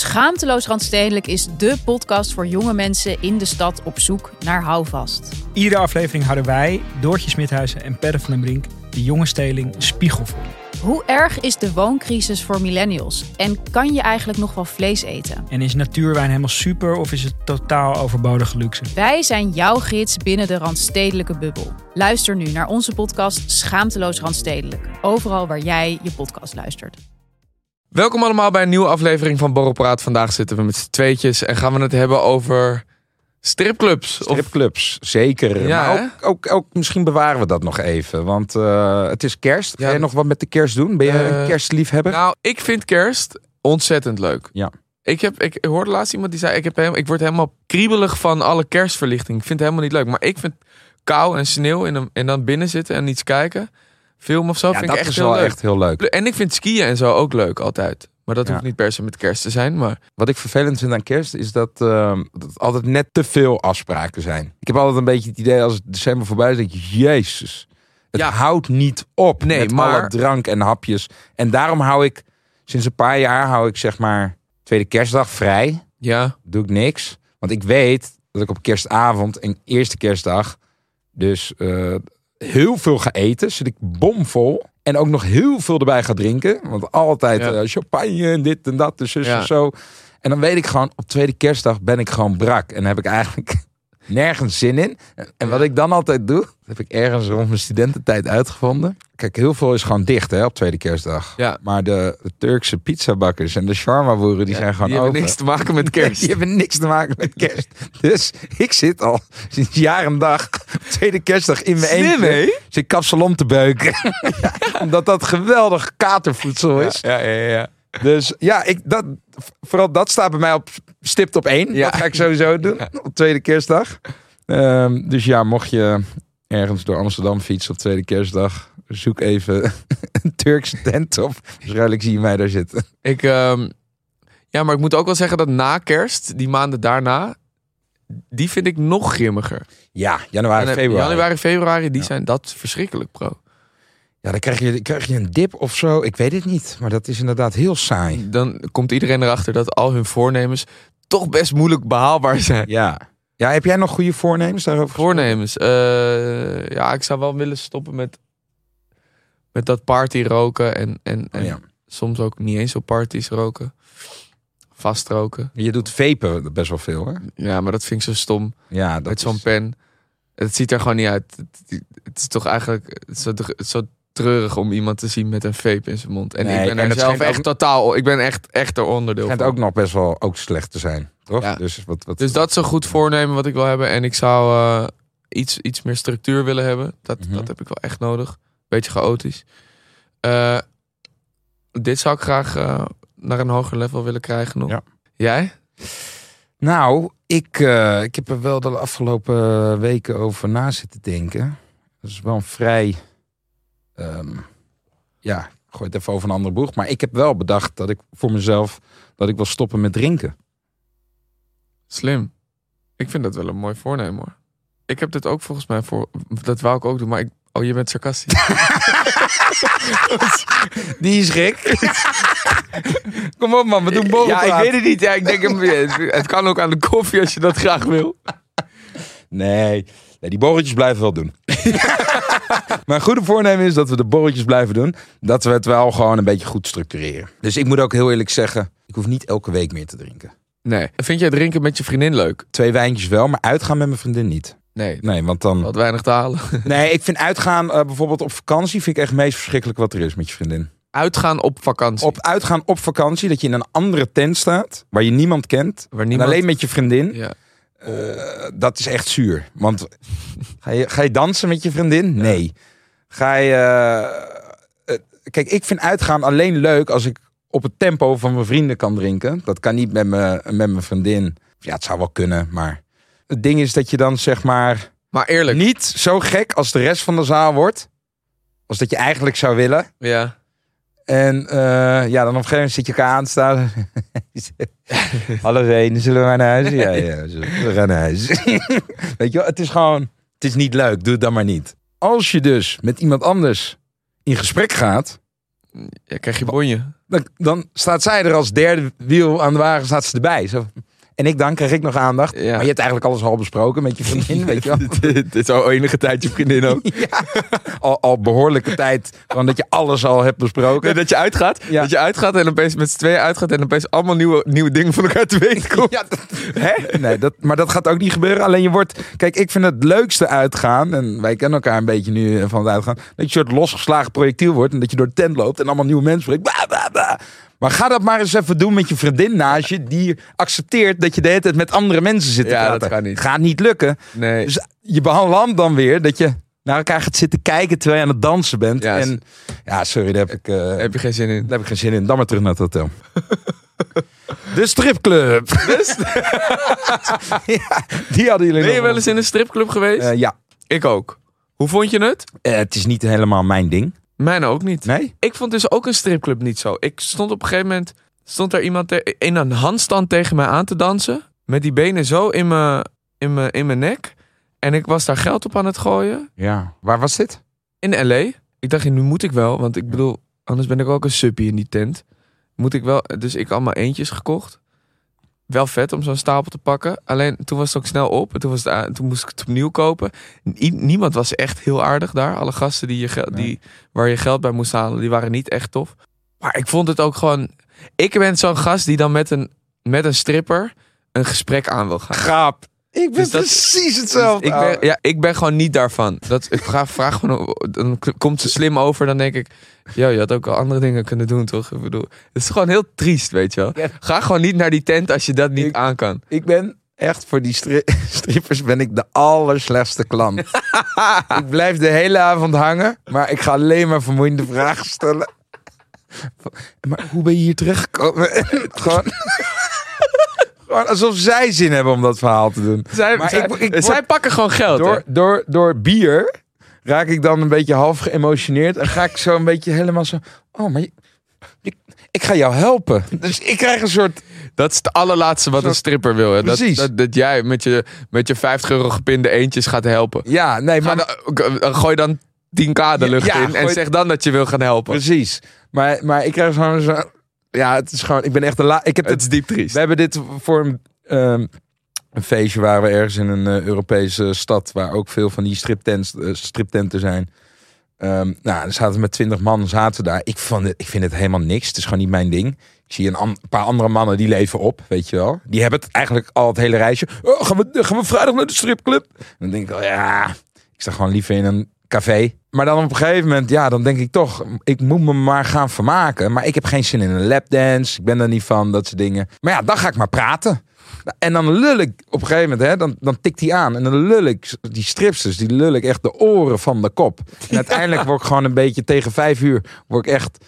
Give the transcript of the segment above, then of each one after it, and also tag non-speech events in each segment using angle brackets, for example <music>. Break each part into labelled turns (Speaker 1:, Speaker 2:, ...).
Speaker 1: Schaamteloos Randstedelijk is dé podcast voor jonge mensen in de stad op zoek naar houvast.
Speaker 2: Iedere aflevering houden wij, Doortje Smithuizen en Perre van den Brink, de jonge steling een spiegel voor.
Speaker 1: Hoe erg is de wooncrisis voor millennials? En kan je eigenlijk nog wel vlees eten?
Speaker 2: En is natuurwijn helemaal super of is het totaal overbodige luxe?
Speaker 1: Wij zijn jouw gids binnen de Randstedelijke bubbel. Luister nu naar onze podcast Schaamteloos Randstedelijk. Overal waar jij je podcast luistert.
Speaker 3: Welkom allemaal bij een nieuwe aflevering van Borrelpraat. Vandaag zitten we met z'n tweetjes en gaan we het hebben over stripclubs. Of,
Speaker 4: Stripclubs, zeker.
Speaker 3: Ja,
Speaker 4: maar ook, ook, ook misschien bewaren we dat nog even. Want eh, het is kerst. Ga
Speaker 3: Ja.
Speaker 4: jij nog wat met de kerst doen? Ben je
Speaker 3: Eh,
Speaker 4: een kerstliefhebber?
Speaker 3: nou, ik vind kerst ontzettend leuk.
Speaker 4: Ja.
Speaker 3: Ik, heb, ik hoorde laatst iemand die zei, ik, heb helemaal, ik word helemaal kriebelig van alle kerstverlichting. Ik vind het helemaal niet leuk. Maar ik vind kou en sneeuw in een, en dan binnen zitten en iets kijken, film of zo,
Speaker 4: ja,
Speaker 3: vind
Speaker 4: dat
Speaker 3: ik echt
Speaker 4: is
Speaker 3: heel
Speaker 4: wel
Speaker 3: leuk.
Speaker 4: echt heel leuk.
Speaker 3: En ik vind skiën en zo ook leuk altijd. Maar dat
Speaker 4: Ja.
Speaker 3: hoeft niet per se met kerst te zijn. Maar
Speaker 4: Wat ik vervelend vind aan kerst is dat, ehm, dat het altijd net te veel afspraken zijn. Ik heb altijd een beetje het idee als het december voorbij is, denk ik, jezus. Het
Speaker 3: Ja.
Speaker 4: houdt niet op
Speaker 3: Nee,
Speaker 4: met
Speaker 3: maar-
Speaker 4: alle drank en hapjes. En daarom hou ik, sinds een paar jaar hou ik zeg maar tweede kerstdag vrij.
Speaker 3: ja,
Speaker 4: doe ik niks. Want ik weet dat ik op kerstavond en eerste kerstdag dus eh, heel veel ga eten. Zit ik bomvol. En ook nog heel veel erbij ga drinken. Want altijd
Speaker 3: Ja.
Speaker 4: eh, champagne en dit en dat. Dus zus
Speaker 3: Ja.
Speaker 4: en zo. En dan weet ik gewoon, op tweede kerstdag ben ik gewoon brak. En heb ik eigenlijk <laughs> nergens zin in. En wat ik dan altijd doe, dat heb ik ergens rond mijn studententijd uitgevonden. Kijk, heel veel is gewoon dicht hè, op tweede kerstdag.
Speaker 3: Ja.
Speaker 4: Maar de, de Turkse pizzabakkers en de shawarma-boeren, die
Speaker 3: Ja,
Speaker 4: zijn gewoon
Speaker 3: die hebben
Speaker 4: open.
Speaker 3: niks te maken
Speaker 4: <laughs>
Speaker 3: met kerst.
Speaker 4: Die hebben niks te maken met kerst. Dus ik zit al sinds jaar en dag, tweede kerstdag, in mijn
Speaker 3: Slim,
Speaker 4: eentje.
Speaker 3: hè?
Speaker 4: Zit kapsalon te
Speaker 3: <laughs>
Speaker 4: beuken. Omdat dat geweldig katervoedsel is.
Speaker 3: Ja, ja, ja. ja.
Speaker 4: Dus ja, ik, dat, vooral dat staat bij mij op stipt op één.
Speaker 3: Ja.
Speaker 4: Dat ga ik
Speaker 3: <laughs>
Speaker 4: sowieso doen op tweede kerstdag. Ehm, dus ja, mocht je ergens door Amsterdam fietsen op tweede kerstdag, zoek even <laughs> een Turkse tent op. Waarschijnlijk zie je mij daar zitten.
Speaker 3: Ik, ehm, ja, maar ik moet ook wel zeggen dat na kerst, die maanden daarna, die vind ik nog grimmiger.
Speaker 4: Ja, januari,
Speaker 3: En, eh,
Speaker 4: februari.
Speaker 3: Januari, februari, die zijn dat is verschrikkelijk, pro.
Speaker 4: Ja, dan krijg je, krijg je een dip of zo. Ik weet het niet, maar dat is inderdaad heel saai.
Speaker 3: Dan komt iedereen erachter dat al hun voornemens toch best moeilijk behaalbaar zijn.
Speaker 4: Ja. Ja, heb jij nog goede voornemens daarover?
Speaker 3: Voornemens. eh, ja, ik zou wel willen stoppen met, met dat party roken en, en, en
Speaker 4: Oh ja.
Speaker 3: soms ook niet eens op parties roken. Vastroken.
Speaker 4: Je doet vapen best wel veel, hè?
Speaker 3: Ja, maar dat vind ik zo stom.
Speaker 4: Ja,
Speaker 3: met
Speaker 4: dat
Speaker 3: zo'n
Speaker 4: is...
Speaker 3: pen. Het ziet er gewoon niet uit. Het, het is toch eigenlijk het is zo, het is zo treurig om iemand te zien met een vape in zijn mond. En
Speaker 4: Nee,
Speaker 3: ik ben
Speaker 4: en
Speaker 3: er
Speaker 4: het
Speaker 3: zelf
Speaker 4: schijnt
Speaker 3: echt
Speaker 4: ook-
Speaker 3: totaal... Ik ben echt, echt er onderdeel
Speaker 4: schijnt
Speaker 3: van.
Speaker 4: ook nog best wel ook slecht te zijn, toch?
Speaker 3: Ja.
Speaker 4: Dus, wat, wat,
Speaker 3: Dus dat is een goed voornemen wat ik wil hebben. En ik zou eh, iets, iets meer structuur willen hebben. Dat,
Speaker 4: Mhm.
Speaker 3: dat heb ik wel echt nodig. Beetje chaotisch. Eh, dit zou ik graag eh, naar een hoger level willen krijgen nog.
Speaker 4: Ja.
Speaker 3: Jij?
Speaker 4: Nou, ik, eh, ik heb er wel de afgelopen weken over na zitten denken. Dat is wel een vrij... ehm, ja, ik gooi het even over een andere boeg. Maar ik heb wel bedacht dat ik voor mezelf... dat ik wil stoppen met drinken.
Speaker 3: Slim. Ik vind dat wel een mooi voornemen hoor. Ik heb dit ook volgens mij voor. Dat wou ik ook doen, maar ik. Oh, je bent <laughs> sarcastisch.
Speaker 4: Die is gek. <laughs> Kom op man, we doen
Speaker 3: ja,
Speaker 4: borrelpraat.
Speaker 3: ik weet het niet. Ja, ik denk hem, het kan ook aan de koffie als je dat graag wil.
Speaker 4: Nee. nee, die borreltjes blijven wel <laughs> doen. Mijn goede voornemen is dat we de borreltjes blijven doen. Dat we het wel gewoon een beetje goed structureren. Dus ik moet ook heel eerlijk zeggen, ik hoef niet elke week meer te drinken.
Speaker 3: Nee. Vind jij drinken met je vriendin leuk?
Speaker 4: Twee wijntjes wel, maar uitgaan met mijn vriendin niet.
Speaker 3: Nee.
Speaker 4: Nee, want dan...
Speaker 3: Wat weinig te halen.
Speaker 4: Nee, ik vind uitgaan eh, bijvoorbeeld op vakantie... vind ik echt het meest verschrikkelijk wat er is met je vriendin.
Speaker 3: Uitgaan op vakantie.
Speaker 4: Op uitgaan op vakantie, dat je in een andere tent staat... waar je niemand kent...
Speaker 3: Waar
Speaker 4: en
Speaker 3: niemand...
Speaker 4: alleen met je vriendin...
Speaker 3: Ja.
Speaker 4: Eh, dat is echt zuur. Want ga je, ga je dansen met je vriendin? Nee. Ga je. eh, eh, kijk, ik vind uitgaan alleen leuk als ik op het tempo van mijn vrienden kan drinken. Dat kan niet met, me, met mijn vriendin. Ja, het zou wel kunnen, maar. Het ding is dat je dan zeg maar
Speaker 3: Maar eerlijk.
Speaker 4: niet zo gek als de rest van de zaal wordt. Als dat je eigenlijk zou willen.
Speaker 3: Ja.
Speaker 4: En eh, ja, dan op een gegeven moment zit je elkaar aan te staan. <laughs> Half één, zullen we maar naar huis? Ja, ja, zullen we gaan naar huis. <laughs> Weet je wel, het is gewoon, het is niet leuk, doe het dan maar niet. Als je dus met iemand anders in gesprek gaat,
Speaker 3: Ja, krijg je bonje.
Speaker 4: Dan, dan staat zij er als derde wiel aan de wagen, staat ze erbij. Zo. En ik dan krijg ik nog aandacht.
Speaker 3: Ja.
Speaker 4: Maar je hebt eigenlijk alles al besproken met je vriendin, weet je <laughs> wel.
Speaker 3: Dit is al enige tijd je vriendin ook. <laughs>
Speaker 4: Al, al behoorlijke tijd, gewoon dat je alles al hebt besproken.
Speaker 3: Nee, dat je uitgaat.
Speaker 4: Ja.
Speaker 3: Dat je uitgaat en opeens met z'n tweeën uitgaat en opeens allemaal nieuwe, nieuwe dingen van elkaar te weten <laughs> komt.
Speaker 4: Ja, dat- hè? Nee, dat, maar dat gaat ook niet gebeuren. Alleen je wordt. Kijk, ik vind het leukste uitgaan. En wij kennen elkaar een beetje nu eh, van het uitgaan. Dat je een soort losgeslagen projectiel wordt. En dat je door de tent loopt en allemaal nieuwe mensen spreekt. Bla, bla, bla. Maar ga dat maar eens even doen met je vriendin naast je. Die accepteert dat je de hele tijd met andere mensen zit te
Speaker 3: Ja, dat
Speaker 4: praten.
Speaker 3: gaat niet.
Speaker 4: Gaat niet lukken.
Speaker 3: Nee.
Speaker 4: Dus je behandelt dan weer dat je naar elkaar gaat zitten kijken terwijl je aan het dansen bent.
Speaker 3: Ja,
Speaker 4: en ja, sorry, daar heb ik. eh,
Speaker 3: Heb je geen zin in.
Speaker 4: daar heb ik geen zin in. Dan maar terug naar het hotel. <laughs> De stripclub. <laughs> ja, die hadden jullie
Speaker 3: Ben je
Speaker 4: nog
Speaker 3: wel eens in een stripclub geweest?
Speaker 4: Eh, ja,
Speaker 3: Ik ook. Hoe vond je het?
Speaker 4: Eh, het is niet helemaal mijn ding.
Speaker 3: Mijn ook niet.
Speaker 4: Nee?
Speaker 3: Ik vond dus ook een stripclub niet zo. Ik stond op een gegeven moment, stond daar iemand te- in een handstand tegen mij aan te dansen. Met die benen zo in mijn, in mijn, in mijn nek. En ik was daar geld op aan het gooien.
Speaker 4: Ja. Waar was dit?
Speaker 3: In L.A. Ik dacht, nu moet ik wel. Want ik bedoel, anders ben ik ook een suppie in die tent. Moet ik wel. Dus ik allemaal eentjes gekocht. Wel vet om zo'n stapel te pakken. Alleen toen was het ook snel op. En toen, was het, a- toen moest ik het opnieuw kopen. Nie- niemand was echt heel aardig daar. Alle gasten die je gel-
Speaker 4: Nee.
Speaker 3: die, waar je geld bij moest halen, die waren niet echt tof. Maar ik vond het ook gewoon... Ik ben zo'n gast die dan met een, met een stripper een gesprek aan wil gaan.
Speaker 4: Graap. Ik ben
Speaker 3: Dus dat-
Speaker 4: precies
Speaker 3: Dus
Speaker 4: hetzelfde.
Speaker 3: ik, ben, ja, ik ben gewoon niet daarvan. Dat, ik vraag, vraag gewoon, dan k- komt ze slim over. Dan denk ik, joh, je had ook al andere dingen kunnen doen, toch? Ik bedoel, het is gewoon heel triest, weet je wel.
Speaker 4: Ja.
Speaker 3: Ga gewoon niet naar die tent als je dat niet
Speaker 4: Ik-
Speaker 3: aan kan.
Speaker 4: Ik ben echt voor die stri- <laughs> strippers ben ik de allerslechtste <laughs> klant. ik blijf de hele avond hangen, maar ik ga alleen maar vermoeiende vragen stellen. Maar hoe ben je hier terechtgekomen? <laughs> En gewoon, gewoon alsof zij zin hebben om dat verhaal te doen.
Speaker 3: Zij,
Speaker 4: Maar
Speaker 3: zij,
Speaker 4: ik- ik
Speaker 3: zij
Speaker 4: word-
Speaker 3: pakken gewoon geld,
Speaker 4: Door, door, door bier raak ik dan een beetje half geëmotioneerd en ga ik zo een beetje helemaal zo. Oh, maar je- ik, ik ga jou helpen. Dus ik krijg een soort
Speaker 3: hè. Dat is het allerlaatste wat
Speaker 4: Zo-
Speaker 3: een stripper wil. Hè? Dat,
Speaker 4: Precies.
Speaker 3: dat, dat jij met je, met je 50 euro gepinde eentjes gaat helpen.
Speaker 4: ja, nee,
Speaker 3: Ga
Speaker 4: maar
Speaker 3: dan- eh, gooi dan 10k de
Speaker 4: Ja,
Speaker 3: lucht
Speaker 4: ja,
Speaker 3: in en
Speaker 4: gooi-
Speaker 3: zeg dan dat je wil gaan helpen.
Speaker 4: Precies. Maar, maar ik krijg gewoon zo... Ja, het is gewoon... Ik ben echt de la... Ik heb
Speaker 3: Het
Speaker 4: dit,
Speaker 3: is diep triest.
Speaker 4: we hebben dit voor een, ehm, een feestje... waar we ergens in een eh, Europese stad... waar ook veel van die striptents, eh, striptenten zijn. Ehm nou, dan zaten we met twintig man zaten we daar. Ik, vond het, ik vind het helemaal niks. Het is gewoon niet mijn ding. Ik zie een, an- paar andere mannen die leven op, weet je wel. Die hebben het eigenlijk al het hele reisje. Oh, gaan, we, gaan we vrijdag naar de stripclub? En dan denk ik wel, ja, ik sta gewoon liever in een café. Maar dan op een gegeven moment, ja, dan denk ik toch, ik moet me maar gaan vermaken. Maar ik heb geen zin in een lapdance. Ik ben daar niet van, dat soort dingen. Maar ja, dan ga ik maar praten. En dan lul ik op een gegeven moment, hè, dan, dan tikt die aan. En dan lul ik, die stripsters, die lul ik echt de oren van de kop. En uiteindelijk word ik gewoon een beetje tegen vijf uur, word ik echt,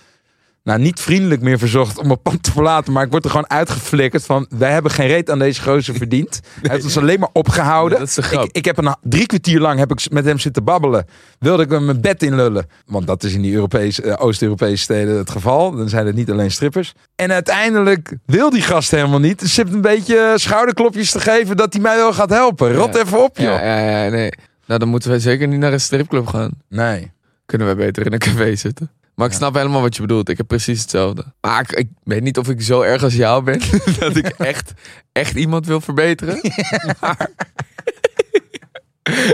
Speaker 4: nou niet vriendelijk meer verzocht om mijn pand te verlaten. Maar ik word er gewoon uitgeflikkerd van, wij hebben geen reet aan deze gozer verdiend. Hij heeft ons alleen maar opgehouden.
Speaker 3: Dat is de grap.
Speaker 4: Ik, ik heb een drie kwartier lang heb ik met hem zitten babbelen. Wilde ik hem mijn bed inlullen. Want dat is in die Europese, eh, Oost-Europese steden het geval. Dan zijn het niet alleen strippers. En uiteindelijk wil die gast helemaal niet. Dus je hebt een beetje schouderklopjes te geven dat hij mij wel gaat helpen. Rot
Speaker 3: Ja.
Speaker 4: even op, joh.
Speaker 3: ja, ja, ja, nee. Nou, dan moeten wij zeker niet naar een stripclub gaan.
Speaker 4: Nee.
Speaker 3: kunnen we beter in een café zitten. Maar ik snap helemaal wat je bedoelt. Ik heb precies hetzelfde. Maar ik, ik weet niet of ik zo erg als jou ben <laughs> dat ik echt, echt iemand wil
Speaker 4: <laughs>
Speaker 3: verbeteren. Maar <laughs>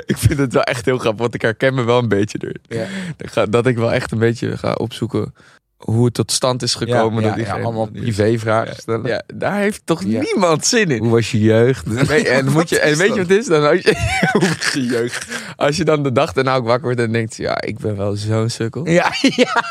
Speaker 3: ik vind het wel echt heel grappig, want ik herken me wel een beetje erin.
Speaker 4: Ja.
Speaker 3: Ik ga- Dat ik wel echt een beetje ga opzoeken hoe het tot stand is gekomen. dat
Speaker 4: ja, ja,
Speaker 3: diegene-
Speaker 4: allemaal privévragen stellen.
Speaker 3: Ja, daar heeft toch
Speaker 4: Ja.
Speaker 3: niemand zin in.
Speaker 4: Hoe was je jeugd?
Speaker 3: Nee,
Speaker 4: <laughs>
Speaker 3: en moet je,
Speaker 4: Wat
Speaker 3: en
Speaker 4: is
Speaker 3: <laughs> weet je
Speaker 4: dat?
Speaker 3: wat het is? Dan als, je, Hoe je jeugd. als je dan de dag daarna ook wakker wordt en denkt, ja, ik ben wel zo'n sukkel.
Speaker 4: <laughs> Ja, ja.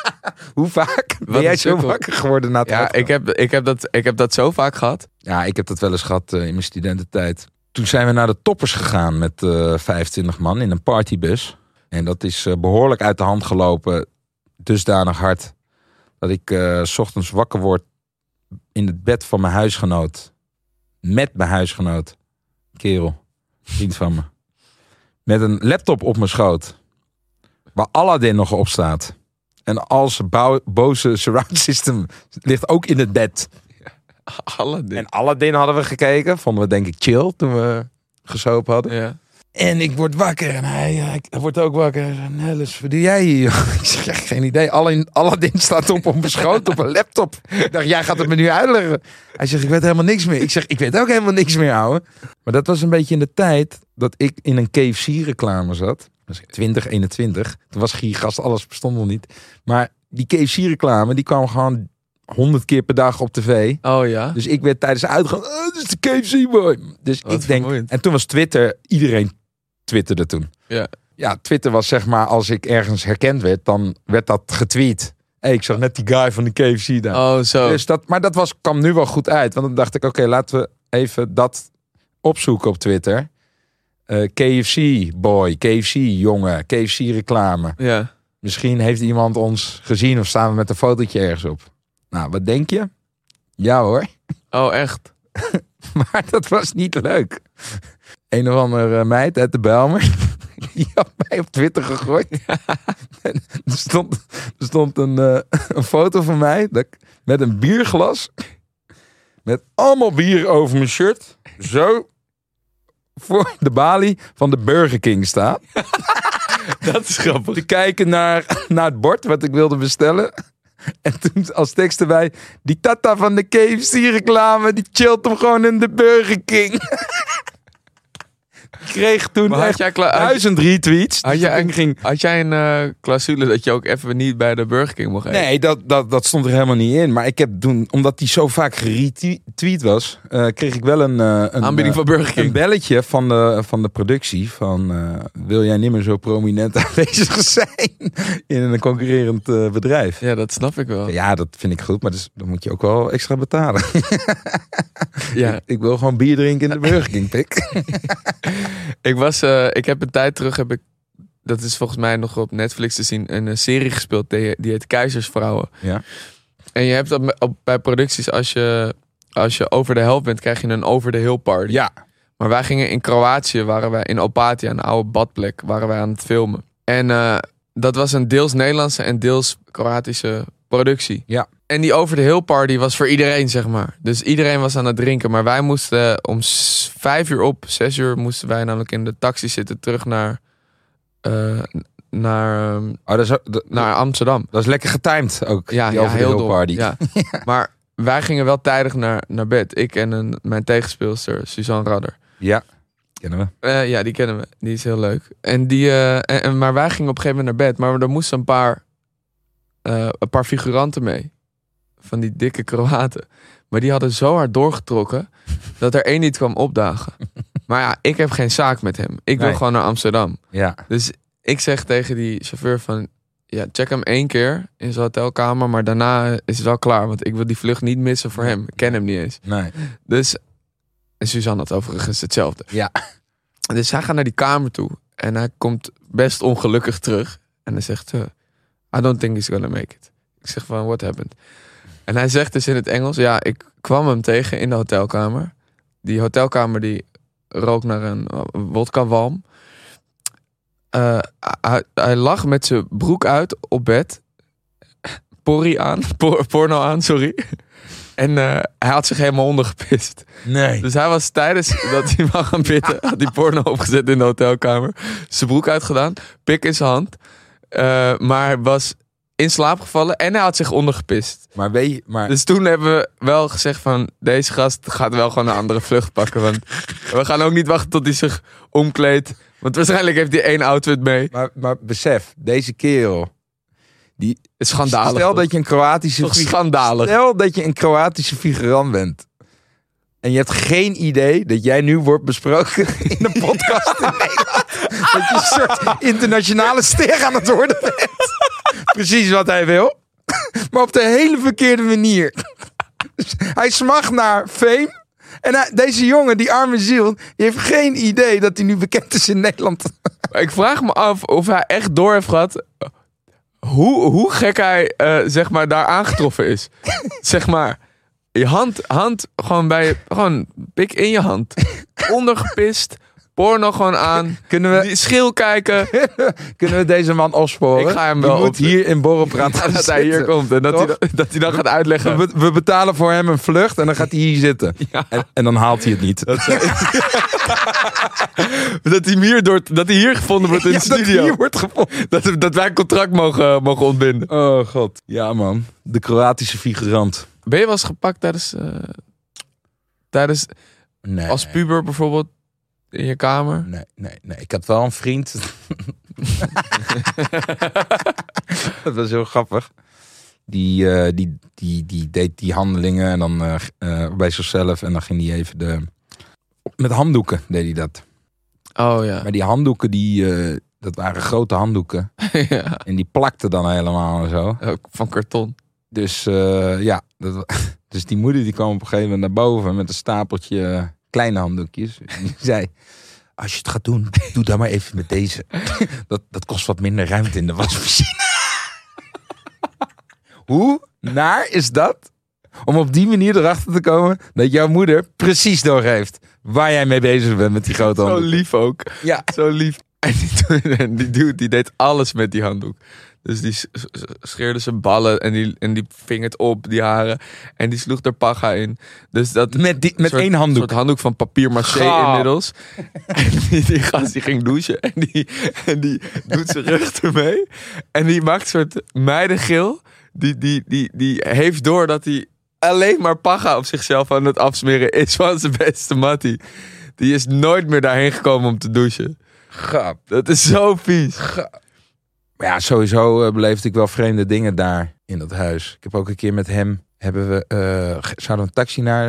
Speaker 4: Hoe vaak ben
Speaker 3: een
Speaker 4: jij zo
Speaker 3: sukkel.
Speaker 4: wakker geworden na het
Speaker 3: Ja,
Speaker 4: uitgaan?
Speaker 3: ik heb, ik, heb dat, ik heb dat zo vaak gehad.
Speaker 4: Ja, ik heb dat wel eens gehad eh, in mijn studententijd. Toen zijn we naar de toppers gegaan met eh 25 man in een partybus. En dat is eh, behoorlijk uit de hand gelopen. Dusdanig hard dat ik eh, s ochtends wakker word in het bed van mijn huisgenoot. Met mijn huisgenoot. Kerel, vriend van me. Met een laptop op mijn schoot. Waar Aladdin nog op staat. En al zijn bou- boze surround system ligt ook in het bed.
Speaker 3: Alle dingen.
Speaker 4: En Aladdin hadden we gekeken. Vonden we denk ik chill toen we gesopen hadden.
Speaker 3: Ja.
Speaker 4: En ik word wakker en hij, eh, hij wordt ook wakker. Hij zegt, Nellis, wat doe jij hier? <laughs> Ik zeg, ja, geen idee. Alain- Aladdin staat op op mijn schoot op een laptop. Ik dacht, jij gaat het me nu uitleggen. Hij zegt, ik weet helemaal niks meer. Ik zeg, ik weet ook helemaal niks meer, ouwe. Maar dat was een beetje in de tijd dat ik in een KFC-reclame zat. Dat is 2021. Toen was Giergast, alles bestond nog niet. Maar die KFC-reclame, die kwam gewoon 100 keer per dag op tv.
Speaker 3: Oh <laughs> ja.
Speaker 4: Dus ik werd tijdens de uitgang, oh, dit is de KFC boy. Dus
Speaker 3: Wat
Speaker 4: ik denk,
Speaker 3: vermoeiend.
Speaker 4: en toen was Twitter, iedereen twitterde toen.
Speaker 3: Ja.
Speaker 4: ja, Twitter was zeg maar, als ik ergens herkend werd, dan werd dat getweet. Hey, ik zag net die guy van de KFC daar.
Speaker 3: Oh zo.
Speaker 4: Dus dat, maar dat was, kwam nu wel goed uit. Want dan dacht ik, oké, laten we even dat opzoeken op Twitter. Eh, KFC boy, KFC jongen, KFC reclame.
Speaker 3: ja.
Speaker 4: Misschien heeft iemand ons gezien of staan we met een fotootje ergens op. Nou, wat denk je? Ja hoor.
Speaker 3: Oh
Speaker 4: <laughs>
Speaker 3: echt.
Speaker 4: Maar dat was niet leuk. Een of andere meid uit de Belmer. <laughs> Die had mij op Twitter gegooid. <laughs> En er stond, er stond een, eh, een foto van mij dat ik- met een bierglas. Met allemaal bier over mijn shirt. Zo voor de balie van de Burger King sta.
Speaker 3: Dat is grappig.
Speaker 4: Te kijken naar, naar het bord wat ik wilde bestellen. En toen als tekst erbij. Die tata van de KFC-reclame, die chillt hem gewoon in de Burger King. <laughs> Ik kreeg toen
Speaker 3: Maar had
Speaker 4: echt
Speaker 3: jij, kla- had,
Speaker 4: duizend retweets.
Speaker 3: had
Speaker 4: Dus
Speaker 3: jij
Speaker 4: dat
Speaker 3: een-
Speaker 4: ding ging...
Speaker 3: had jij een eh clausule dat je ook even niet bij de Burger King mocht eten?
Speaker 4: Nee, dat, dat, dat stond er helemaal niet in. Maar ik heb toen, omdat die zo vaak geretweet was, eh, kreeg ik wel een, eh, een,
Speaker 3: Aanbieding
Speaker 4: eh,
Speaker 3: van Burger King.
Speaker 4: een belletje van de, van de productie van eh, wil jij niet meer zo prominent <laughs> aanwezig zijn in een concurrerend eh, bedrijf.
Speaker 3: Ja, dat snap ik wel.
Speaker 4: Ja, dat vind ik goed, maar dus, dan moet je ook wel extra betalen. <laughs>
Speaker 3: Ja.
Speaker 4: Ik wil gewoon bier drinken in de Burger King, pik.
Speaker 3: Ik was, eh, ik heb een tijd terug, heb ik, dat is volgens mij nog op Netflix te zien, een eh, serie gespeeld die, die heet Keizersvrouwen.
Speaker 4: Ja.
Speaker 3: En je hebt dat me- op, bij producties, als je, als je over de helft bent, krijg je een over de hill party.
Speaker 4: Ja.
Speaker 3: Maar wij gingen in Kroatië, waren wij in Opatia, een oude badplek, waren wij aan het filmen. En eh, dat was een deels Nederlandse en deels Kroatische productie.
Speaker 4: Ja.
Speaker 3: En die over de hill party was voor iedereen, zeg maar. Dus iedereen was aan het drinken. Maar wij moesten om s- vijf uur op, zes uur moesten wij namelijk in de taxi zitten terug naar, eh, naar, ehm,
Speaker 4: Oh, dat, is, ook- dat,
Speaker 3: naar Amsterdam.
Speaker 4: dat is lekker getimed ook.
Speaker 3: Ja,
Speaker 4: die
Speaker 3: ja
Speaker 4: over de
Speaker 3: heel
Speaker 4: hill
Speaker 3: dom.
Speaker 4: party. <laughs>
Speaker 3: Ja. Maar wij gingen wel tijdig naar, naar bed. Ik en een, mijn tegenspeelster, Suzanne Radder.
Speaker 4: Ja, kennen we.
Speaker 3: Eh, ja, die kennen we. Die is heel leuk. En die, eh, en- en, maar wij gingen op een gegeven moment naar bed. Maar er moesten een paar, eh, een paar figuranten mee. Van die dikke Kroaten. Maar die hadden zo hard
Speaker 4: <laughs>
Speaker 3: doorgetrokken dat er één niet kwam opdagen. Maar ja, ik heb geen zaak met hem. Ik wil
Speaker 4: Nee.
Speaker 3: gewoon naar Amsterdam.
Speaker 4: Ja,
Speaker 3: Dus ik zeg tegen die chauffeur van... Ja, check hem één keer in zijn hotelkamer. Maar daarna is het wel klaar. Want ik wil die vlucht niet missen voor hem. Ik ken hem niet eens.
Speaker 4: nee.
Speaker 3: Dus en Suzanne had overigens hetzelfde.
Speaker 4: Ja.
Speaker 3: Dus hij gaat naar die kamer toe en hij komt best ongelukkig terug. En hij zegt, eh, I don't think he's gonna make it. Ik zeg van, what happened? En hij zegt dus in het Engels, ja, ik kwam hem tegen in de hotelkamer. Die hotelkamer die rook naar een eh, wodkawalm. Eh, hij, hij lag met zijn broek uit op bed. Porrie aan, por- porno aan, sorry. En eh, hij had zich helemaal ondergepist. <laughs>
Speaker 4: Nee.
Speaker 3: Dus hij was tijdens dat hij <laughs> mag gaan pitten, had hij porno opgezet in de hotelkamer. Zijn broek uitgedaan, pik in zijn hand. eh, maar was in slaap gevallen en hij had zich ondergepist.
Speaker 4: Maar weet je, maar
Speaker 3: Dus toen hebben we wel gezegd van, deze gast gaat wel gewoon een andere vlucht pakken. Want we gaan ook niet wachten tot hij zich omkleedt. Want waarschijnlijk heeft hij één outfit mee.
Speaker 4: Maar, maar besef, deze kerel.
Speaker 3: Schandalig.
Speaker 4: Stel dat je een Kroatische
Speaker 3: Toch
Speaker 4: figuur-
Speaker 3: schandalig.
Speaker 4: Stel dat je een Kroatische figurant bent. En je hebt geen idee dat jij nu wordt besproken <laughs> in een podcast. in Nederland. dat je een soort internationale ster aan het worden bent. Precies wat hij wil. Maar op de hele verkeerde manier. Dus hij smacht naar fame. En hij- deze jongen, die arme ziel, die heeft geen idee dat hij nu bekend is in Nederland.
Speaker 3: Maar Ik vraag me af of hij echt door heeft gehad hoe, hoe gek hij eh, zeg maar daar aangetroffen is. zeg maar, je hand, hand gewoon bij je, gewoon pik in je hand. Ondergepist, Porno gewoon aan.
Speaker 4: Kunnen we,
Speaker 3: Die schil
Speaker 4: <laughs>
Speaker 3: kijken.
Speaker 4: kunnen we deze man opsporen?
Speaker 3: Ik ga hem wel
Speaker 4: Die moet
Speaker 3: op-
Speaker 4: hier in
Speaker 3: <laughs>
Speaker 4: Borrelpraat gaan
Speaker 3: dat hij hier
Speaker 4: zitten.
Speaker 3: komt. En dat, hij,
Speaker 4: Toch?
Speaker 3: dan- dat hij dan gaat uitleggen.
Speaker 4: We, we betalen voor hem een vlucht en dan gaat hij hier zitten.
Speaker 3: <laughs> Ja.
Speaker 4: En, en dan haalt hij het niet.
Speaker 3: Dat hij hier, door, dat hij hier gevonden wordt in
Speaker 4: Ja,
Speaker 3: de
Speaker 4: dat
Speaker 3: studio.
Speaker 4: hier wordt gevonden.
Speaker 3: Dat, dat wij een contract mogen, mogen ontbinden.
Speaker 4: <laughs> Oh god. Ja man, de Kroatische figurant.
Speaker 3: Ben je wel eens gepakt tijdens... eh, tijdens
Speaker 4: Nee.
Speaker 3: als puber bijvoorbeeld in je kamer?
Speaker 4: Nee, nee, nee. Ik had wel een
Speaker 3: <laughs>
Speaker 4: vriend. dat was heel grappig. Die, eh, die, die, die deed die handelingen en dan eh, eh, bij zichzelf. En dan ging hij even de... Met handdoeken deed hij dat.
Speaker 3: Oh ja.
Speaker 4: Maar die handdoeken, die, eh, dat waren grote handdoeken.
Speaker 3: <laughs> ja.
Speaker 4: En die plakte dan helemaal en zo.
Speaker 3: Ook Van karton.
Speaker 4: Dus eh, ja, dat, wa- <laughs> dus die moeder die kwam op een gegeven moment naar boven met een stapeltje eh, kleine handdoekjes. <laughs> En die zei, als je het gaat doen, doe dan maar even met deze. <laughs> Dat, dat kost wat minder ruimte in de wasmachine. <laughs> Hoe naar is dat? Om op die manier erachter te komen dat jouw moeder precies doorgeeft waar jij mee bezig bent met die grote
Speaker 3: Zo
Speaker 4: handdoek.
Speaker 3: lief ook.
Speaker 4: Ja,
Speaker 3: Zo lief. <laughs> En die, en die dude die deed alles met die handdoek. Dus die s- s- scheerde zijn ballen en die, en die ving het op, die haren. En die sloeg er paga in. Dus dat,
Speaker 4: met, die, met
Speaker 3: soort-
Speaker 4: één handdoek.
Speaker 3: soort handdoek van papier maché
Speaker 4: Gaaf.
Speaker 3: inmiddels. <laughs> En die, die gast die ging douchen en die, en die doet zijn rug ermee. En die maakt een soort meidengil. Die, die, die, die heeft door dat hij alleen maar paga op zichzelf aan het afsmeren is van zijn beste mattie. Die is nooit meer daarheen gekomen om te douchen.
Speaker 4: Grap.
Speaker 3: Dat is zo vies.
Speaker 4: Maar ja, sowieso eh, beleefde ik wel vreemde dingen daar in dat huis. Ik heb ook een keer met hem, hebben we, eh, ge- zouden we een taxi naar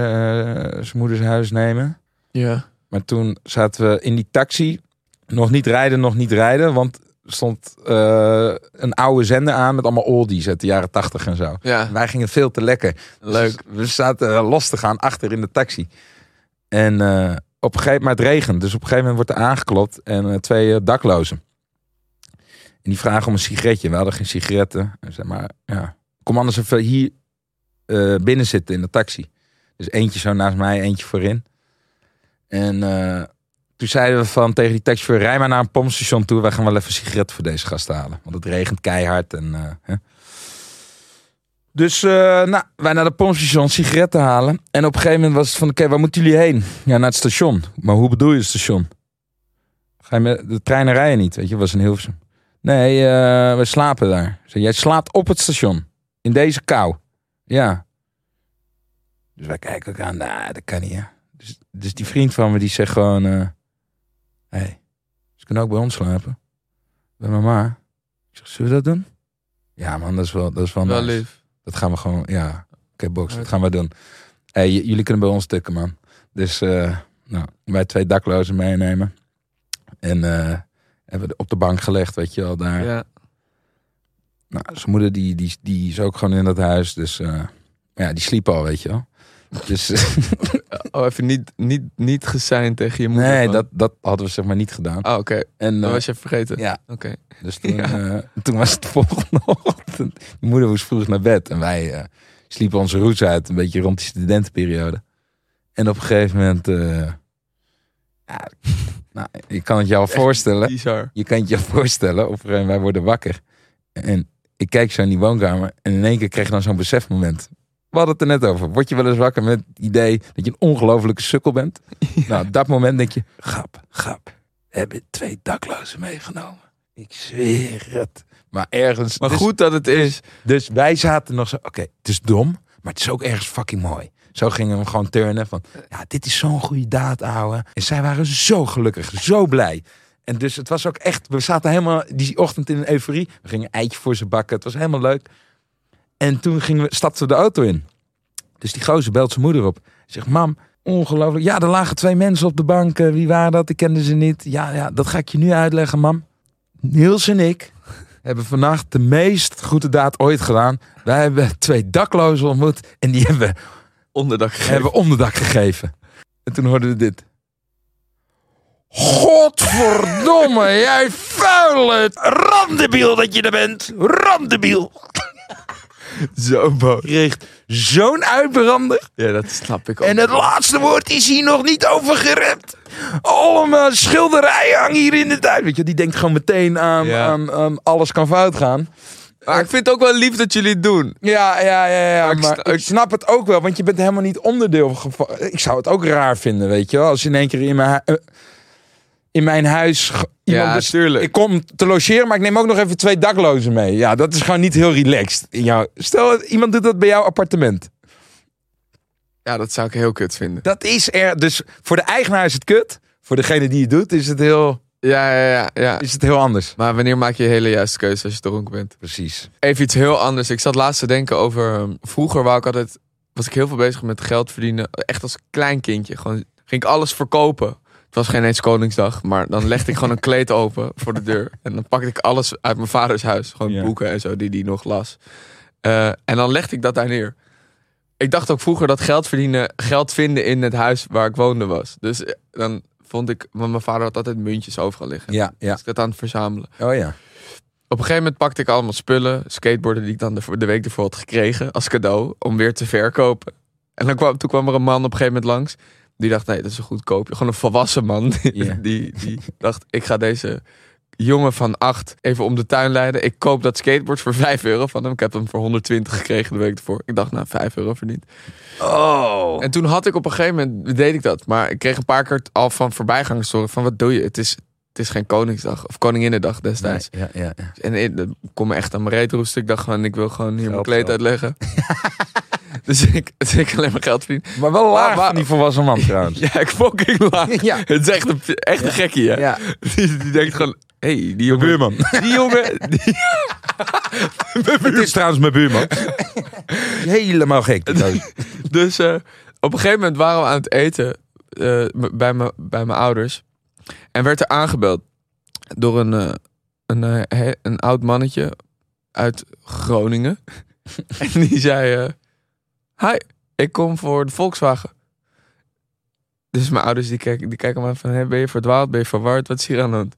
Speaker 4: eh, zijn moeders huis nemen.
Speaker 3: Ja.
Speaker 4: Maar toen zaten we in die taxi, nog niet rijden, nog niet rijden, want er stond eh, een oude zender aan met allemaal oldies uit de jaren tachtig en zo.
Speaker 3: Ja,
Speaker 4: Wij gingen veel te lekker.
Speaker 3: leuk.
Speaker 4: Dus we zaten eh, los te gaan achter in de taxi. En eh, op een gegeven moment het regent. Dus op een gegeven moment wordt er aangeklopt. En eh, twee eh, daklozen. En die vragen om een sigaretje. We hadden geen sigaretten. En zeg maar, ja. Kom anders even hier eh, binnen zitten in de taxi. Dus eentje zo naast mij, eentje voorin. En eh, toen zeiden we van tegen die taxichauffeur... rij maar naar een pompstation toe. Wij gaan wel even sigaretten voor deze gast halen. Want het regent keihard. En, eh, hè. Dus eh, nou, wij naar de pompstation sigaretten halen. En op een gegeven moment was het van... oké, waar moeten jullie heen? Ja, naar het station. Maar hoe bedoel je het station? Ga je met de treinen rijden niet? Weet je, was in Hilversum. Nee, eh, we slapen daar. Ik zei, jij slaapt op het station. In deze kou. Ja. Dus wij kijken elkaar aan. Nou, dat kan niet, hè. Dus, dus die vriend van me, die zegt gewoon... eh, hey, ze kunnen ook bij ons slapen. Bij mama. Ik zeg, zullen we dat doen? Ja, man, dat is wel, dat is wel,
Speaker 3: Wel
Speaker 4: nice.
Speaker 3: lief.
Speaker 4: Dat gaan we gewoon, ja. Oké, box, dat
Speaker 3: Oké.
Speaker 4: gaan we doen. Hey, j- jullie kunnen bij ons stukken, man. Dus eh, nou, wij twee daklozen meenemen. En eh, hebben we op de bank gelegd, weet je wel, daar.
Speaker 3: Ja.
Speaker 4: Nou, zijn moeder die, die, die is ook gewoon in dat huis. Dus eh, ja, die sliep al, weet
Speaker 3: <laughs>
Speaker 4: je wel. Dus <laughs>
Speaker 3: Oh, even niet, niet, niet geseind tegen je moeder.
Speaker 4: nee,
Speaker 3: man.
Speaker 4: dat, dat hadden we zeg maar niet gedaan.
Speaker 3: Oh, oké.
Speaker 4: En
Speaker 3: Dat
Speaker 4: eh,
Speaker 3: was je vergeten.
Speaker 4: ja,
Speaker 3: Oké.
Speaker 4: Dus
Speaker 3: <laughs>
Speaker 4: toen,
Speaker 3: Ja.
Speaker 4: eh, toen was het <laughs> de volgende ochtend. Die moeder moest vroeg naar bed. En wij eh, sliepen onze roots uit. Een beetje rond die studentenperiode. En op een gegeven moment... eh, ja, <laughs> nou, je kan het
Speaker 3: <laughs>
Speaker 4: je al voorstellen.
Speaker 3: Bizar.
Speaker 4: Je kan het je <laughs> al voorstellen. Op een gegeven moment, wij worden wakker. En ik kijk zo in die woonkamer. En in één keer kreeg ik dan zo'n besefmoment. We hadden het er net over. Word je wel eens wakker met het idee dat je een ongelofelijke sukkel
Speaker 3: <laughs>
Speaker 4: bent? Nou, op dat moment denk je, grap, grap. We hebben twee daklozen meegenomen. Ik zweer het. Maar ergens...
Speaker 3: Maar
Speaker 4: dus,
Speaker 3: goed dat het is.
Speaker 4: Dus wij zaten nog zo, oké, het is dom, maar het is ook ergens fucking mooi. Zo gingen we gewoon turnen van, ja, dit is zo'n goede daad, ouwe. En zij waren zo gelukkig, zo blij. En dus het was ook echt, we zaten helemaal die ochtend in een euforie. We gingen eitje voor ze bakken, het was helemaal leuk. En toen gingen we, stapten we de auto in. Dus die gozer belt zijn moeder op. Zegt, mam, ongelooflijk. Ja, er lagen twee mensen op de bank. Eh, Wie waren dat? Ik kende ze niet. Ja, ja, dat ga ik je nu uitleggen, mam. Niels en ik hebben vannacht de meest goede daad ooit gedaan. Wij hebben twee daklozen ontmoet en die hebben,
Speaker 3: Onderdak gegeven.
Speaker 4: hebben onderdak gegeven. En toen hoorden we dit. <laughs> Godverdomme, jij vuile randebiel dat je er bent. Randebiel.
Speaker 3: Zo boos.
Speaker 4: Kreeg zo'n uitbrander.
Speaker 3: Ja, dat snap ik ook.
Speaker 4: En het laatste woord is hier nog niet over gerept. allemaal schilderijen hangen hier in de tuin. Weet je, die denkt gewoon meteen aan,
Speaker 3: Ja.
Speaker 4: aan, aan alles kan fout gaan.
Speaker 3: Maar ik vind het ook wel lief dat jullie het doen.
Speaker 4: Ja, ja, ja, ja.
Speaker 3: Maar ik
Speaker 4: Maar
Speaker 3: sta-
Speaker 4: ik snap het ook wel, want je bent helemaal niet onderdeel van. Ik zou het ook raar vinden, weet je wel. Als in één keer in mijn, hu- eh, in mijn huis ge- iemand
Speaker 3: ja,
Speaker 4: bes-
Speaker 3: tuurlijk.
Speaker 4: Ik kom te logeren, maar ik neem ook nog even twee daklozen mee. Ja, dat is gewoon niet heel relaxed. In jou. Stel, dat iemand doet dat bij jouw appartement.
Speaker 3: Ja, dat zou ik heel kut vinden.
Speaker 4: Dat is er. Dus voor de eigenaar is het kut. Voor degene die het doet, is het heel,
Speaker 3: Ja, ja, ja. ja.
Speaker 4: is het heel anders.
Speaker 3: Maar wanneer maak je je hele juiste keuze als je dronken bent?
Speaker 4: Precies.
Speaker 3: Even iets heel anders. Ik zat laatst te denken over... ehm, Vroeger wou ik altijd, was ik heel veel bezig met geld verdienen. Echt als klein kindje. Gewoon, ging ik alles verkopen. Het was geen eens Koningsdag. Maar dan legde ik gewoon een kleed open voor de deur. En dan pakte ik alles uit mijn vaders huis. Gewoon
Speaker 4: Ja.
Speaker 3: boeken en zo, die die nog las. Eh, en dan legde ik dat daar neer. Ik dacht ook vroeger dat geld verdienen, geld vinden in het huis waar ik woonde was. Dus eh, dan vond ik, want mijn vader had altijd muntjes overal liggen.
Speaker 4: Ja, ja.
Speaker 3: Dus ik dat aan het verzamelen.
Speaker 4: Oh ja.
Speaker 3: Op een gegeven moment pakte ik allemaal spullen, skateboarden die ik dan de, de week ervoor had gekregen als cadeau, om weer te verkopen. En dan kwam, toen kwam er een man op een gegeven moment langs, die dacht, nee, dat is een goedkoop. Gewoon een volwassen man, <laughs> die,
Speaker 4: Ja.
Speaker 3: die, die dacht, ik ga deze jongen van acht even om de tuin leiden. Ik koop dat skateboard voor 5 euro van hem. Ik heb hem voor 120 gekregen de week ervoor. Ik dacht, nou, 5 euro verdiend.
Speaker 4: Oh.
Speaker 3: En toen had ik op een gegeven moment, deed ik dat. Maar ik kreeg een paar keer al van voorbijgangers te horen van wat doe je? Het is, het is geen Koningsdag of Koninginnedag destijds.
Speaker 4: Ja, ja, ja.
Speaker 3: En ik- dat kon me echt aan mijn reet roesten. Ik dacht gewoon, ik wil gewoon hier mijn
Speaker 4: Geld,
Speaker 3: kleed
Speaker 4: geld. <laughs>
Speaker 3: uitleggen. <laughs> dus ik, <laughs> dus ik alleen maar geld verdienen.
Speaker 4: Maar wel
Speaker 3: Maar-
Speaker 4: laag
Speaker 3: maar-
Speaker 4: van die
Speaker 3: <laughs>
Speaker 4: volwassen man trouwens.
Speaker 3: Ja, ik fucking laag.
Speaker 4: <laughs> Ja.
Speaker 3: Het is echt een, echt een gekkie, hè?
Speaker 4: Ja.
Speaker 3: <laughs> Die, die denkt gewoon, hé, hey, die jongen...
Speaker 4: buurman.
Speaker 3: Die jongen...
Speaker 4: <laughs>
Speaker 3: Die, <laughs>
Speaker 4: Het is trouwens mijn buurman. <laughs> Helemaal gek. die <laughs> gozer.
Speaker 3: dus eh, op een gegeven moment waren we aan het eten eh, m- bij, me, bij mijn ouders. En werd er aangebeld door een, eh, een, eh, he- een oud mannetje uit Groningen. en die zei... eh, Hi, ik kom voor de Volkswagen. Dus mijn ouders die kijken, die kijken me aan van... Hey, ben je verdwaald? Ben je verward? Wat is hier aan de hand?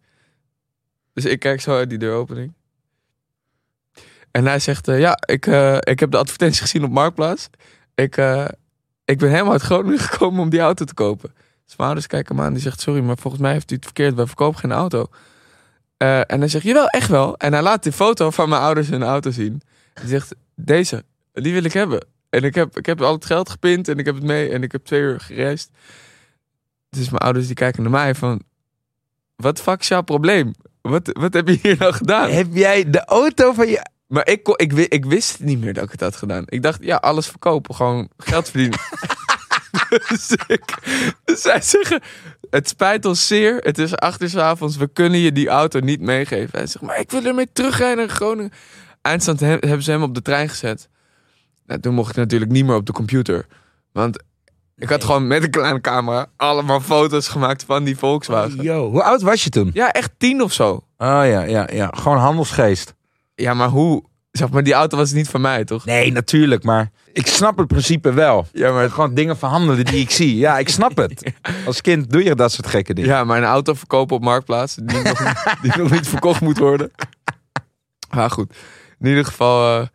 Speaker 3: Dus ik kijk zo uit die deuropening. En hij zegt... eh, ja, ik, eh, ik heb de advertentie gezien op Marktplaats. Ik, eh, ik ben helemaal uit Groningen <laughs> gekomen om die auto te kopen. Dus mijn ouders kijken hem aan. Die zegt, sorry, maar volgens mij heeft u het verkeerd. Wij verkopen geen auto. Eh, en hij zegt, jawel, echt wel. En hij laat die foto van mijn ouders hun auto zien. Hij zegt, deze, die wil ik hebben. En ik heb, ik heb al het geld gepint en ik heb het mee. En ik heb twee uur gereisd. Dus mijn ouders die kijken naar mij van... Wat fuck is jouw probleem? Wat, wat heb je hier nou gedaan?
Speaker 4: Heb jij de auto van je...
Speaker 3: Maar ik, kon- ik, wi- ik wist niet meer dat ik het had gedaan. Ik dacht, ja, alles verkopen, gewoon geld
Speaker 4: <laughs>
Speaker 3: verdienen. dus, ik, dus zij zeggen, het spijt ons zeer, het is acht uur 's avonds, we kunnen je die auto niet meegeven. Hij zegt, maar ik wil ermee terugrijden naar Groningen. Eindstand he- hebben ze hem op de trein gezet. Nou, toen mocht ik natuurlijk niet meer op de computer. Want ik had gewoon met een kleine camera allemaal foto's gemaakt van die Volkswagen.
Speaker 4: Yo, hoe oud was je toen?
Speaker 3: Ja, echt tien of zo.
Speaker 4: Oh ja, ja, ja. Gewoon handelsgeest.
Speaker 3: Ja, maar hoe? Zeg maar, die auto was niet van mij, toch?
Speaker 4: Nee, natuurlijk, maar ik snap het principe wel.
Speaker 3: Ja, maar
Speaker 4: Gewoon dingen verhandelen die ik zie. <laughs> Ja, ik snap het. Als kind doe je dat soort gekke dingen.
Speaker 3: Ja, maar een auto verkopen op Marktplaats, die nog, niet- die nog niet verkocht moet worden. Maar goed, in ieder geval eh,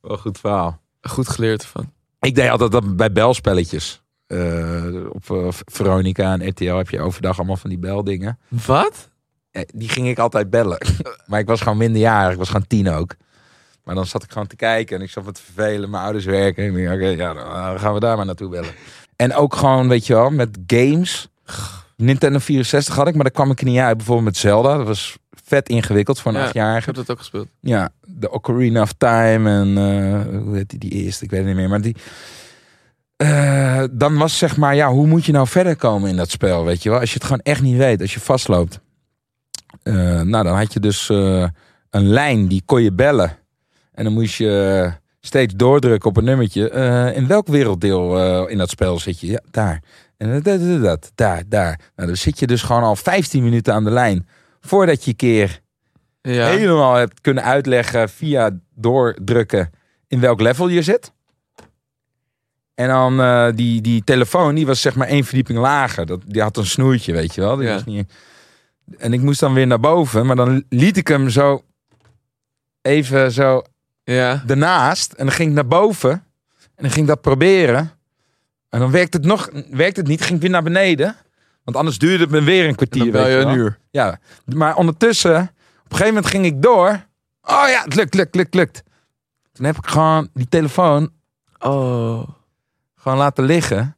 Speaker 4: Wel een goed verhaal.
Speaker 3: goed geleerd ervan.
Speaker 4: Ik deed altijd dat bij belspelletjes. Eh, op eh, Veronica en RTL heb je overdag allemaal van die beldingen.
Speaker 3: Wat?
Speaker 4: Eh, die ging ik altijd bellen. <laughs> maar ik was gewoon minderjarig. Ik was gewoon tien ook. Maar dan zat ik gewoon te kijken en ik zat wat te vervelen. Mijn ouders werken. En ik dacht, oké, ja, dan eh, gaan we daar maar naartoe bellen. En ook gewoon, weet je wel, met games. Nintendo 64 had ik, maar daar kwam ik er niet uit. Bijvoorbeeld met Zelda. Dat was vet ingewikkeld voor een
Speaker 3: Ja. Ik
Speaker 4: achtjarige.
Speaker 3: heb dat ook gespeeld.
Speaker 4: Ja, de Ocarina of Time en eh, hoe heet die, die eerste? Ik weet het niet meer. Maar die, eh, dan was zeg maar, ja, hoe moet je nou verder komen in dat spel, weet je wel? Als je het gewoon echt niet weet, als je vastloopt. Eh, nou, dan had je dus eh, een lijn, die kon je bellen. En dan moest je eh, steeds doordrukken op een nummertje. Eh, in welk werelddeel eh, in dat spel zit je? Ja, daar. En dat, dat, dat, dat, daar, daar. Nou, dan zit je dus gewoon al 15 minuten aan de lijn. Voordat je een keer
Speaker 3: Ja.
Speaker 4: helemaal hebt kunnen uitleggen via doordrukken in welk level je zit. En dan eh, die, die telefoon, die was zeg maar één verdieping lager. Dat, die had een snoertje, weet je wel. Die
Speaker 3: Ja.
Speaker 4: was niet... En ik moest dan weer naar boven, maar dan liet ik hem zo even zo
Speaker 3: ja.
Speaker 4: ernaast. En dan ging ik naar boven en dan ging ik dat proberen. En dan werkte het nog, werkte het niet, ging ik weer naar beneden. Want anders duurde het me weer een
Speaker 3: En
Speaker 4: kwartier.
Speaker 3: dan bel
Speaker 4: weet
Speaker 3: je
Speaker 4: wel.
Speaker 3: een uur.
Speaker 4: Ja, maar ondertussen, op een gegeven moment ging ik door. Oh ja, het lukt, lukt, lukt, lukt. Toen heb ik gewoon die telefoon
Speaker 3: Oh.
Speaker 4: gewoon laten liggen.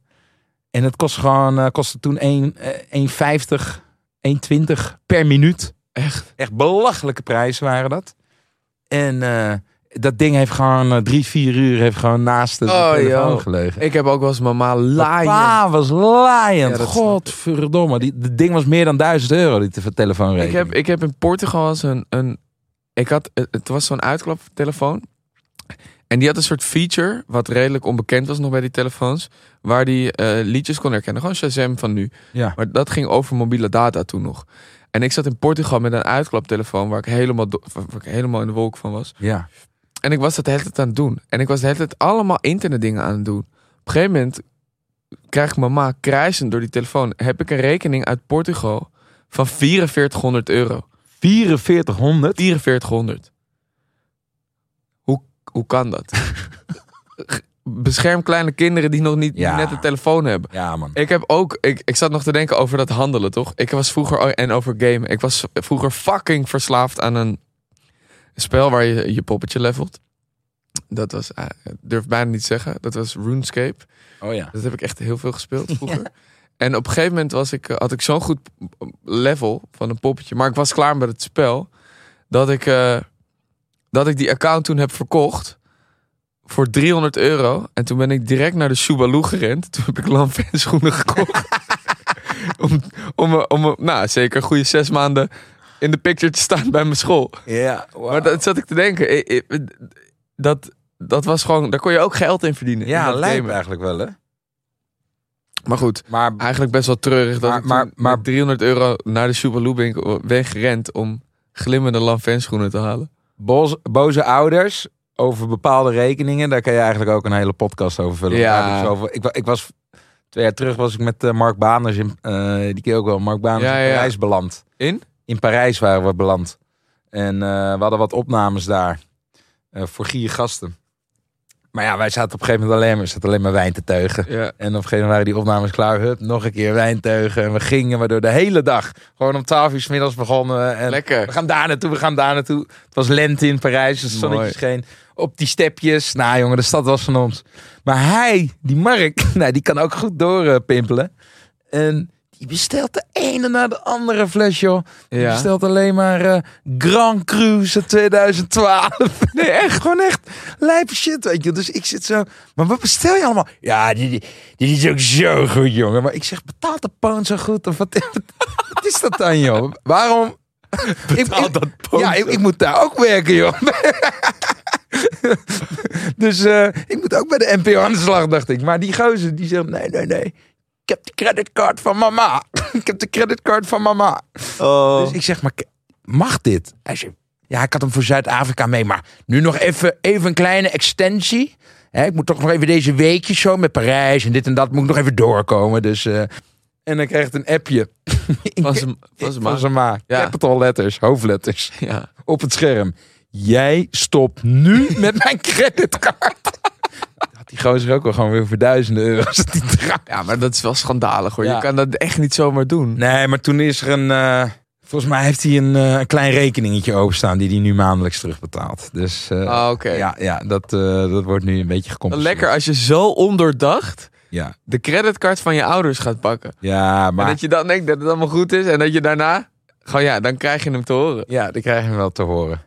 Speaker 4: En het kost gewoon, eh, kostte toen 1, eh, 1,50, 1,20 per minuut.
Speaker 3: Echt?
Speaker 4: Echt belachelijke prijzen waren dat. En eh, dat ding heeft gewoon eh, drie, vier uur heeft gewoon naast de
Speaker 3: Oh,
Speaker 4: telefoon
Speaker 3: joh.
Speaker 4: gelegen.
Speaker 3: Ik heb ook wel eens mama laaien.
Speaker 4: Pa was laaiend.
Speaker 3: Ja, dat snap ik.
Speaker 4: Godverdomme. Die, dat ding was meer dan 1000 euro, die te-
Speaker 3: Ik
Speaker 4: telefoonrekening.
Speaker 3: heb, ik heb in Portugal eens een, een... Ik had, het- het was zo'n uitklaptelefoon. En die had een soort feature, wat redelijk onbekend was nog bij die telefoons, waar die eh, liedjes kon herkennen. Gewoon Shazam van nu.
Speaker 4: Ja.
Speaker 3: Maar dat ging over mobiele data toen nog. En ik zat in Portugal met een uitklaptelefoon waar ik helemaal, do- waar ik helemaal in de wolk van was.
Speaker 4: ja.
Speaker 3: En ik was dat de hele tijd aan het doen. En ik was de hele tijd allemaal internetdingen aan het doen. Op een gegeven moment krijg ik mama krijzend door die telefoon. Heb ik een rekening uit Portugal van 4400 euro.
Speaker 4: 4400.
Speaker 3: 4400. Hoe, hoe kan dat? Bescherm kleine kinderen die nog niet die
Speaker 4: Ja.
Speaker 3: net een telefoon hebben.
Speaker 4: Ja, man.
Speaker 3: Ik heb ook, ik, ik zat nog te denken over dat handelen, toch? Ik was vroeger, oh, en over game, ik was vroeger fucking verslaafd aan een spel waar je je poppetje levelt. Dat was, eh, ik durf bijna niet te zeggen, dat was RuneScape.
Speaker 4: Oh ja.
Speaker 3: Dat heb ik echt heel veel gespeeld vroeger. En op een gegeven moment was ik, eh, had ik zo'n goed level van een poppetje, maar ik was klaar met het spel, dat ik, eh, dat ik die account toen heb verkocht. Voor 300 euro. En toen ben ik direct naar de Subalu gerend. Toen heb ik lamfanschoenen gekocht. om, om, eh, om eh, nou, zeker een goede zes maanden in de picture te staan bij mijn school.
Speaker 4: Ja,
Speaker 3: Maar dat zat ik te denken. eh, eh, Dat, dat was gewoon, daar kon je ook geld in verdienen. in
Speaker 4: ja
Speaker 3: dat
Speaker 4: lijkt
Speaker 3: gamen.
Speaker 4: me eigenlijk wel, hè?
Speaker 3: Maar goed,
Speaker 4: Maar
Speaker 3: eigenlijk best wel treurig dat
Speaker 4: Maar-
Speaker 3: ik
Speaker 4: maar-
Speaker 3: maar,
Speaker 4: maar-
Speaker 3: 300 euro naar de Subaru ben, ben gerend om glimmende lanfanschoenen te halen.
Speaker 4: boze, boze ouders over bepaalde rekeningen, daar kan je eigenlijk ook een hele podcast over vullen.
Speaker 3: Ja.
Speaker 4: Daar heb Ik, zoveel- ik, wa- ik was twee jaar terug was ik met eh, Mark Baners in, eh, die keer ook wel, Mark Baners
Speaker 3: Ja,
Speaker 4: in
Speaker 3: ja.
Speaker 4: Parijs beland.
Speaker 3: In?
Speaker 4: In Parijs waren we beland. En eh, we hadden wat opnames daar eh, voor gier gasten. Maar ja, wij zaten op een gegeven moment alleen maar, zaten alleen maar wijn te teugen.
Speaker 3: Ja.
Speaker 4: En op een gegeven moment waren die opnames klaar. Hup, nog een keer wijnteugen. En we gingen maar door de hele dag. Gewoon om 12 uur 's middags begonnen. we. En we
Speaker 3: Lekker.
Speaker 4: gaan daar naartoe, we gaan daar naartoe. Het was lente in Parijs, het zonnetje
Speaker 3: Mooi.
Speaker 4: scheen. Op die stepjes. Nou jongen, de stad was van ons. Maar hij, die Mark, <laughs> nou, die kan ook goed doorpimpelen. en die bestelt de ene na de andere fles, joh. Die
Speaker 3: Ja.
Speaker 4: bestelt alleen maar eh, Grand Cru uit 2012. <laughs> Nee, echt, gewoon echt lijpe shit, weet je. Dus ik zit zo... Maar wat bestel je allemaal? Ja, die, die, die is ook zo goed, jongen. Maar ik zeg, betaalt de pound zo goed? Of wat, wat is <laughs> dat dan, joh?
Speaker 3: <laughs>
Speaker 4: Waarom... Betaalt
Speaker 3: dat pound
Speaker 4: Ja, ik, ik moet daar ook werken, joh. dus eh, ik moet ook bij de NPO aan de slag, dacht ik. Maar die gozer, die zegt, nee, nee, nee. Ik heb de creditcard van mama. <laughs> ik heb de creditcard van mama. Dus ik zeg, maar k- mag dit? Hij zegt, ja, ik had hem voor Zuid-Afrika mee, maar nu nog even, even een kleine extensie. Hè, ik moet toch nog even deze weekje zo met Parijs en dit en dat, moet ik nog even doorkomen. Dus, eh, en dan krijgt een appje.
Speaker 3: Was hem, was hem
Speaker 4: Van
Speaker 3: aan.
Speaker 4: zijn ma.
Speaker 3: Ja.
Speaker 4: Capital letters, hoofdletters,
Speaker 3: Ja.
Speaker 4: op het scherm. Jij stopt nu <laughs> met mijn creditcard. Had die gozer ook wel gewoon weer voor duizenden euro's. Die draai-
Speaker 3: ja, maar dat is wel schandalig hoor.
Speaker 4: Ja.
Speaker 3: Je kan dat echt niet zomaar doen.
Speaker 4: Nee, maar toen is er een. eh, volgens mij heeft hij een, eh, een klein rekeningetje openstaan die hij nu maandelijks terugbetaalt. Dus eh,
Speaker 3: Ah, oké.
Speaker 4: ja, ja dat, eh, dat wordt nu een beetje
Speaker 3: Dan
Speaker 4: gecompenseerd.
Speaker 3: Lekker als je zo ondoordacht
Speaker 4: Ja,
Speaker 3: de creditcard van je ouders gaat pakken.
Speaker 4: ja maar.
Speaker 3: En dat je dan denkt dat het allemaal goed is en dat je daarna... Gewoon ja, dan krijg je hem te horen.
Speaker 4: Ja, dat krijgen we wel te horen.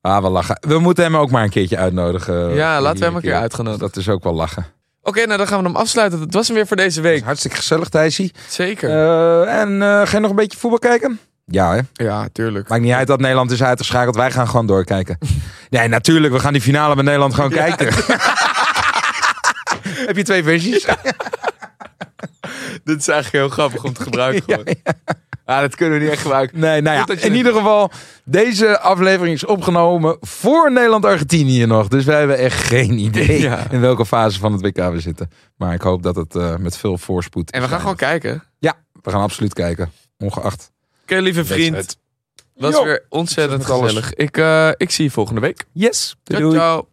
Speaker 4: Ah, we lachen. We moeten hem ook maar een keertje uitnodigen.
Speaker 3: Oh, Ja, laten we hem een keer
Speaker 4: Dus
Speaker 3: uitgenodigd.
Speaker 4: Dat is ook wel lachen.
Speaker 3: Oké, nou dan gaan we hem afsluiten. Dat was hem weer voor deze
Speaker 4: Is
Speaker 3: week.
Speaker 4: Hartstikke gezellig, Thijsie.
Speaker 3: Zeker.
Speaker 4: Eh, en eh, ga je nog een beetje voetbal kijken? Ja, hè?
Speaker 3: ja, tuurlijk.
Speaker 4: Maakt niet uit dat Nederland is uitgeschakeld. Wij gaan gewoon
Speaker 3: <laughs>
Speaker 4: doorkijken. Nee, natuurlijk. We gaan die finale met Nederland gewoon kijken. Heb je twee versies?
Speaker 3: Dit is eigenlijk heel grappig om te gebruiken.
Speaker 4: <laughs> Ja,
Speaker 3: Gewoon. Ah, dat kunnen we niet echt gebruiken.
Speaker 4: Nee, nou
Speaker 3: Goed
Speaker 4: ja.
Speaker 3: dat je
Speaker 4: In
Speaker 3: het-
Speaker 4: ieder geval, deze aflevering is opgenomen voor Nederland-Argentinië nog. Dus wij hebben echt geen idee
Speaker 3: Ja.
Speaker 4: in welke fase van het WK we zitten. Maar ik hoop dat het eh, met veel voorspoed...
Speaker 3: En we gaan
Speaker 4: zijn.
Speaker 3: gewoon kijken. Oké,
Speaker 4: We gaan absoluut kijken. Ongeacht.
Speaker 3: lieve vriend.
Speaker 4: Wedstrijd.
Speaker 3: Was
Speaker 4: Yo.
Speaker 3: weer ontzettend
Speaker 4: Succes met alles.
Speaker 3: gezellig. Ik, eh, ik zie je volgende week.
Speaker 4: Yes.
Speaker 3: Ciao, ciao.